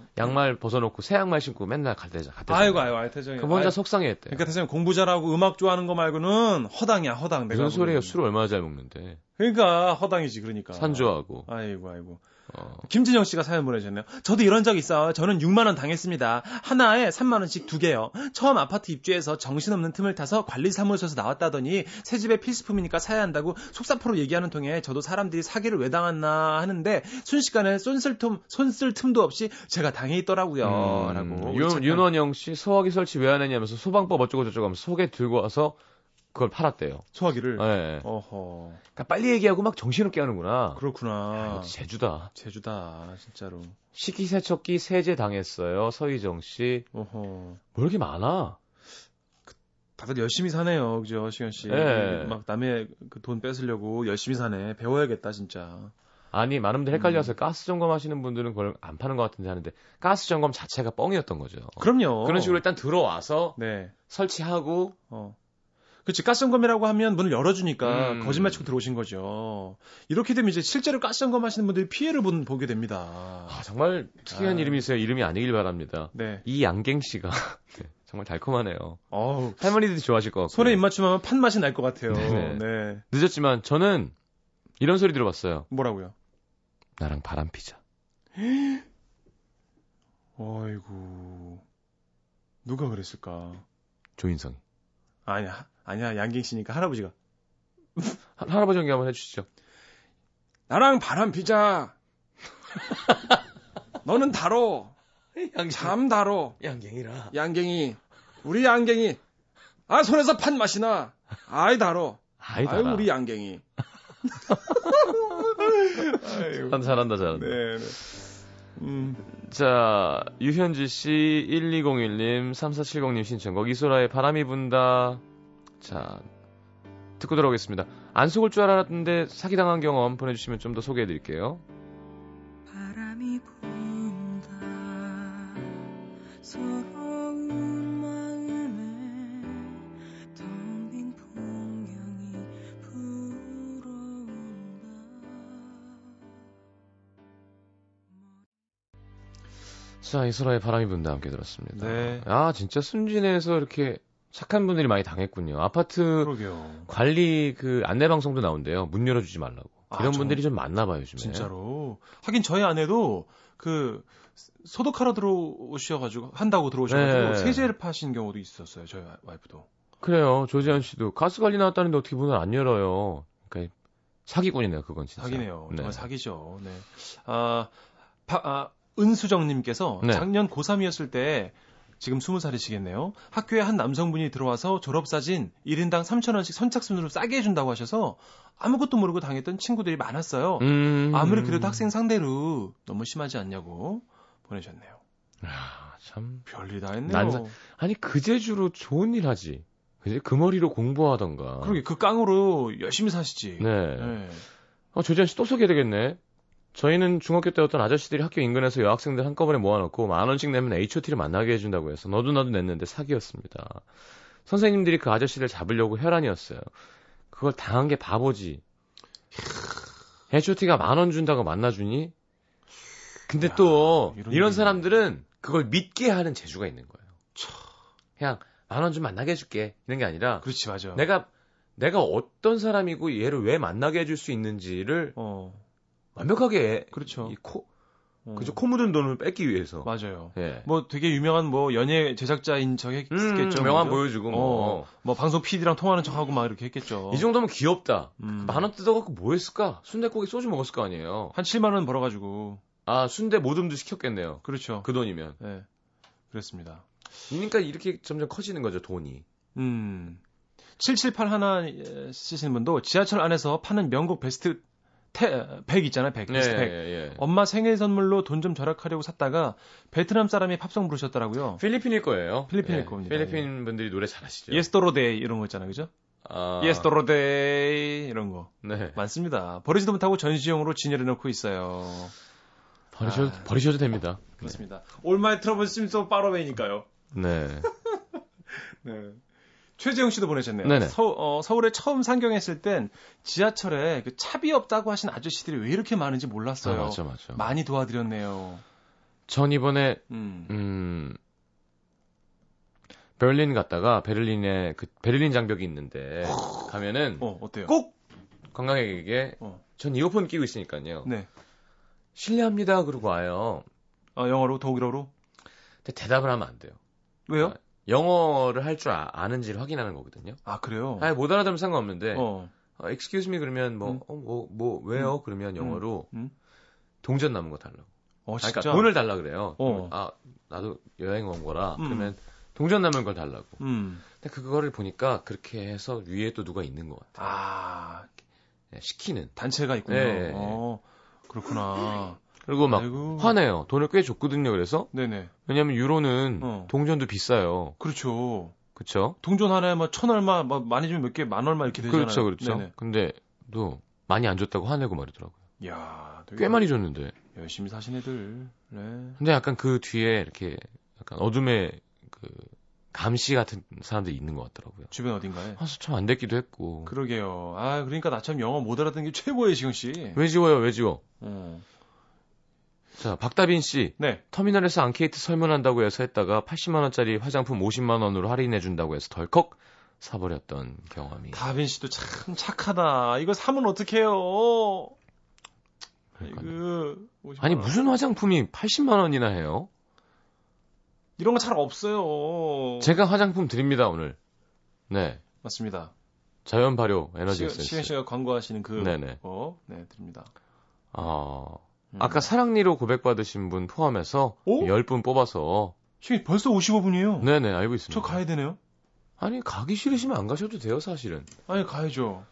어.
양말 벗어놓고 새 양말 신고 맨날 갈대자 갈대자
아이고, 아이고, 아이고, 태정
그
형.
혼자
아이고,
속상해했대 요
그러니까 태정 형 공부 잘하고 음악 좋아하는 거 말고는 허당이야, 허당. 내가
무슨 소리예요
보기에는.
술을 얼마나 잘 먹는데
그러니까, 허당이지, 그러니까.
산조하고
아이고, 아이고.
어,
김진영 씨가 사연 보내주셨네요. 저도 이런 적 있어요. 저는 6만 원 당했습니다. 하나에 3만 원씩 두 개요. 처음 아파트 입주해서 정신없는 틈을 타서 관리사무소에서 나왔다더니 새 집에 필수품이니까 사야 한다고 속사포로 얘기하는 통에 저도 사람들이 사기를 왜 당했나 하는데 순식간에 쏜쓸 틈, 쏜쓸 틈도 없이 제가 당해 있더라고요.
음,
라고.
윤,
착한-
윤원영 씨 소화기 설치 왜 안 했냐면서 소방법 어쩌고 저쩌고 하면서 속에 들고 와서 그걸 팔았대요.
소화기를.
예.
어허.
그러니까 빨리 얘기하고 막 정신없게 하는구나.
그렇구나.
역시 아, 제주다.
제주다, 진짜로.
식기세척기 세제 당했어요. 서희정 씨.
어허.
뭐 이렇게 많아?
다들 열심히 사네요, 그죠, 시현 씨.
예.
막 남의 그 돈 뺏으려고 열심히 사네. 배워야겠다, 진짜.
아니 많은 분들 헷갈려서 가스 점검 하시는 분들은 그걸 안 파는 것 같은데 하는데 가스 점검 자체가 뻥이었던 거죠.
그럼요.
그런 식으로 일단 들어와서
네.
설치하고
어. 그치, 가스점검이라고 하면 문을 열어주니까
음.
거짓말 치고 들어오신 거죠. 이렇게 되면 이제 실제로 가스점검 하시는 분들이 피해를 본, 보게 됩니다.
아, 정말 특이한
아.
이름이세요. 이름이 아니길 바랍니다.
네.
이 양갱 씨가 네, 정말 달콤하네요.
어우.
할머니들이 좋아하실 것 같고.
손에 입맞춤하면 판맛이 날 것 같아요.
네네.
네.
늦었지만 저는 이런 소리 들어봤어요.
뭐라고요?
나랑 바람 피자.
어이구. 누가 그랬을까?
조인성이.
아니야, 아니야, 양갱 씨니까 할아버지가.
하- 할아버지 연기 한번 해주시죠.
나랑 바람 피자. 너는 다로. 참 다로.
양갱이라.
양갱이. 우리 양갱이. 아, 손에서 판 맛이 나. 아이, 다로.
아이
아유,
달아.
우리 양갱이.
잘한다 잘한다 잘한다.
네, 네. 음,
자 유현지 씨 1201님 3470님 신청곡 이소라의 바람이 분다. 자 듣고 돌아오겠습니다. 안 속을 줄 알았는데 사기 당한 경험 보내주시면 좀 더 소개해드릴게요.
바람이 분다 서러운 마음에 텅 빈 풍경이 불어온다
자 이소라의 바람이 분다 함께 들었습니다.
네.
아 진짜 순진해서 이렇게 착한 분들이 많이 당했군요. 아파트
그러게요.
관리 그 안내 방송도 나온대요. 문 열어주지 말라고.
아,
이런
정-
분들이 좀 많나 봐요 요즘에.
진짜로. 하긴 저희 아내도 그 소독하러 들어오셔가지고 한다고 들어오셔가지고
네.
세제를 파신 경우도 있었어요. 저희 와- 와이프도.
그래요. 조지현 씨도 가스 관리 나왔다는데 어떻게 문을 안 열어요. 그러니까 사기꾼이네요, 그건 진짜.
사기네요.
네.
정말 사기죠. 네. 아, 파- 아, 은수정님께서
네.
작년 고3이었을 때 지금 20살이시겠네요. 학교에 한 남성분이 들어와서 졸업사진 1인당 3,000원씩 선착순으로 싸게 해준다고 하셔서 아무것도 모르고 당했던 친구들이 많았어요.
음.
아무리 그래도 학생 상대로 너무 심하지 않냐고 보내셨네요.
아, 참.
별일 다 했네요.
난사- 아니 그 재주로 좋은 일 하지. 그지? 그 머리로 공부하던가.
그러게 그 깡으로 열심히 사시지.
네.
네.
어, 조지현 씨 또 소개되겠네. 저희는 중학교 때 어떤 아저씨들이 학교 인근에서 여학생들 한꺼번에 모아놓고 만 원씩 내면 H.O.T.를 만나게 해준다고 해서 너도 나도 냈는데 사기였습니다. 선생님들이 그 아저씨를 잡으려고 혈안이었어요. 그걸 당한 게 바보지. H.O.T.가 만 원 준다고 만나주니? 근데
야,
또
이런
이런,
일이.
사람들은 그걸 믿게 하는 재주가 있는 거예요. 그냥 만 원 좀 만나게 해줄게 이런 게 아니라
그렇지 맞아.
내가 내가 어떤 사람이고 얘를 왜 만나게 해줄 수 있는지를
어
완벽하게
그렇죠.
이 코,
어,
그죠 코 묻은 돈을 뺏기 위해서.
맞아요.
예.
뭐 되게 유명한 뭐 연예 제작자인 척 했겠죠.
음, 명함 보여주고 뭐.
어. 뭐 방송 PD랑 통하는 척하고 막 이렇게 했겠죠.
이 정도면 귀엽다.
음.
만 원 뜯어갖고 뭐 했을까? 순대국에 소주 먹었을 거 아니에요.
한 7만 원 벌어가지고
아 순대 모듬도 시켰겠네요.
그렇죠.
그 돈이면.
네. 그랬습니다.
그러니까 이렇게 점점 커지는 거죠 돈이.
음. 778 하나 예, 쓰시는 분도 지하철 안에서 파는 명곡 베스트 테, 100 있잖아요. 100. 베스트 100.
예.
엄마 생일 선물로 돈 좀 절약하려고 샀다가 베트남 사람이 팝송 부르셨더라고요.
어, 필리핀일 거예요.
필리핀일
예.
겁니다.
필리핀 분들이 노래 잘하시죠.
예스토로데이 이런 거 있잖아요. 그죠?
아,
예스토로데이 이런 거.
네.
많습니다. 버리지도 못하고 전시용으로 진열해 놓고 있어요.
버리셔도
아.
버리셔도 됩니다.
그렇습니다. 올마이 트러블 심소 파로웨이니까요.
네.
네. 최재형 씨도 보내셨네요.
네네.
서, 울에 처음 상경했을 땐 지하철에 그 차비 없다고 하신 아저씨들이 왜 이렇게 많은지
아,
몰랐어요.
맞죠, 맞죠.
많이 도와드렸네요.
전 이번에
음.
음, 베를린 갔다가 베를린에 그 베를린 장벽이 있는데 가면은
어, 어때요?
꼭 관광객에게
어.
전 이어폰 끼고 있으니까요.
네.
실례합니다. 그러고 와요.
아, 영어로 독일어로
근데 대답을 하면 안 돼요.
왜요?
영어를 할 줄 아, 는지를 확인하는 거거든요.
아 그래요.
아니, 못 알아들으면 상관없는데,
어.
어, excuse me 그러면 뭐,
음.
어, 뭐, 뭐, 왜요? 그러면 영어로
음.
동전 남은 거 달라고.
어
아,
진짜.
그러니까 돈을 달라 그래요.
어.
아, 나도 여행 온 거라.
음.
그러면 동전 남은 걸 달라고.
음.
근데 그거를 보니까 그렇게 해서 위에 또 누가 있는 것 같아요.
아
네, 시키는.
단체가 있군요.
네.
어 그렇구나.
그리고 막
아이고.
화내요. 돈을 꽤 줬거든요. 그래서
네네.
왜냐면 유로는
어.
동전도 비싸요.
그렇죠.
그쵸?
동전 하나에 뭐천 얼마, 뭐 많이 주면 몇 개, 만 얼마 이렇게 되잖아요.
그렇죠, 그렇죠.
네네.
근데 또 많이 안 줬다고 화내고 말이더라고요.
이야, 되게
꽤 많이 줬는데.
열심히 사신 애들. 네.
근데 약간 그 뒤에 이렇게 약간 어둠의 그 감시 같은 사람들이 있는 것 같더라고요.
주변 어딘가에.
그래서 참 안 됐기도 했고.
네. 그러게요. 아, 그러니까 나처럼 영어 못 알아듣는 게 최고예요, 지금 씨.
왜 지워요, 왜 지워?
어.
자, 박다빈 씨.
네.
터미널에서 앙케이트 설문한다고 해서 했다가 80만원짜리 화장품 50만원으로 할인해준다고 해서 덜컥 사버렸던 경험이.
다빈 씨도 참 착하다. 이거 사면 어떡해요?
그러니까요.
그
아니, 무슨 화장품이 80만원이나 해요?
이런 거 잘 없어요.
제가 화장품 드립니다, 오늘. 네.
맞습니다.
자연 발효 에너지
시현
에센스.
시현 씨가 광고하시는 그
네네.
어, 네, 드립니다.
어,
음.
아까 사랑니로 고백받으신 분 포함해서
오?
10분 뽑아서.
지금 벌써 55분이에요.
네네, 알고 있습니다.
저 가야 되네요.
아니, 가기 싫으시면 안 가셔도 돼요, 사실은.
아니 가야죠.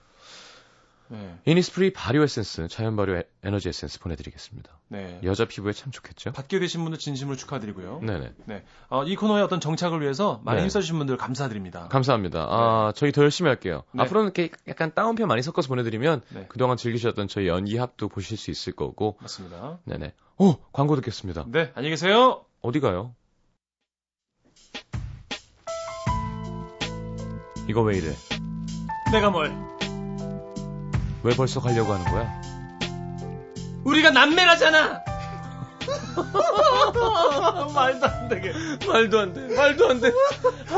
네,
이니스프리 발효 에센스, 자연 발효 에- 에너지 에센스 보내드리겠습니다.
네.
여자 피부에 참 좋겠죠?
받게 되신 분들 진심으로 축하드리고요.
예. 네네.
어, 이 코너의 어떤 정착을 위해서 많이
네.
힘써주신 분들 감사드립니다.
감사합니다. 아, 저희 더 열심히 할게요.
네.
앞으로는 이렇게 약간 다운표 많이 섞어서 보내드리면
네.
그동안 즐기셨던 저희 연기합도 보실 수 있을 거고.
맞습니다.
네네. 오! 광고 듣겠습니다.
네, 안녕히 계세요.
어디 가요? 이거 왜 이래?
내가 뭘?
왜 벌써 가려고 하는 거야?
우리가 남매라잖아. 말도 안 되게.
말도 안 돼. 말도 안 돼.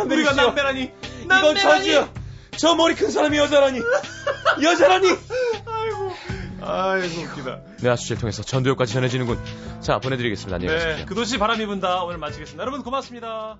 우리가 남매라니. 남매라니.
저 머리 큰 사람이 여자라니. 여자라니.
아이고 웃기다.
내 아수지를 통해서 전도역까지 전해지는군. 자, 보내드리겠습니다. 안녕히 계십시오.
네, 그 도시 바람이 분다. 오늘 마치겠습니다. 여러분 고맙습니다.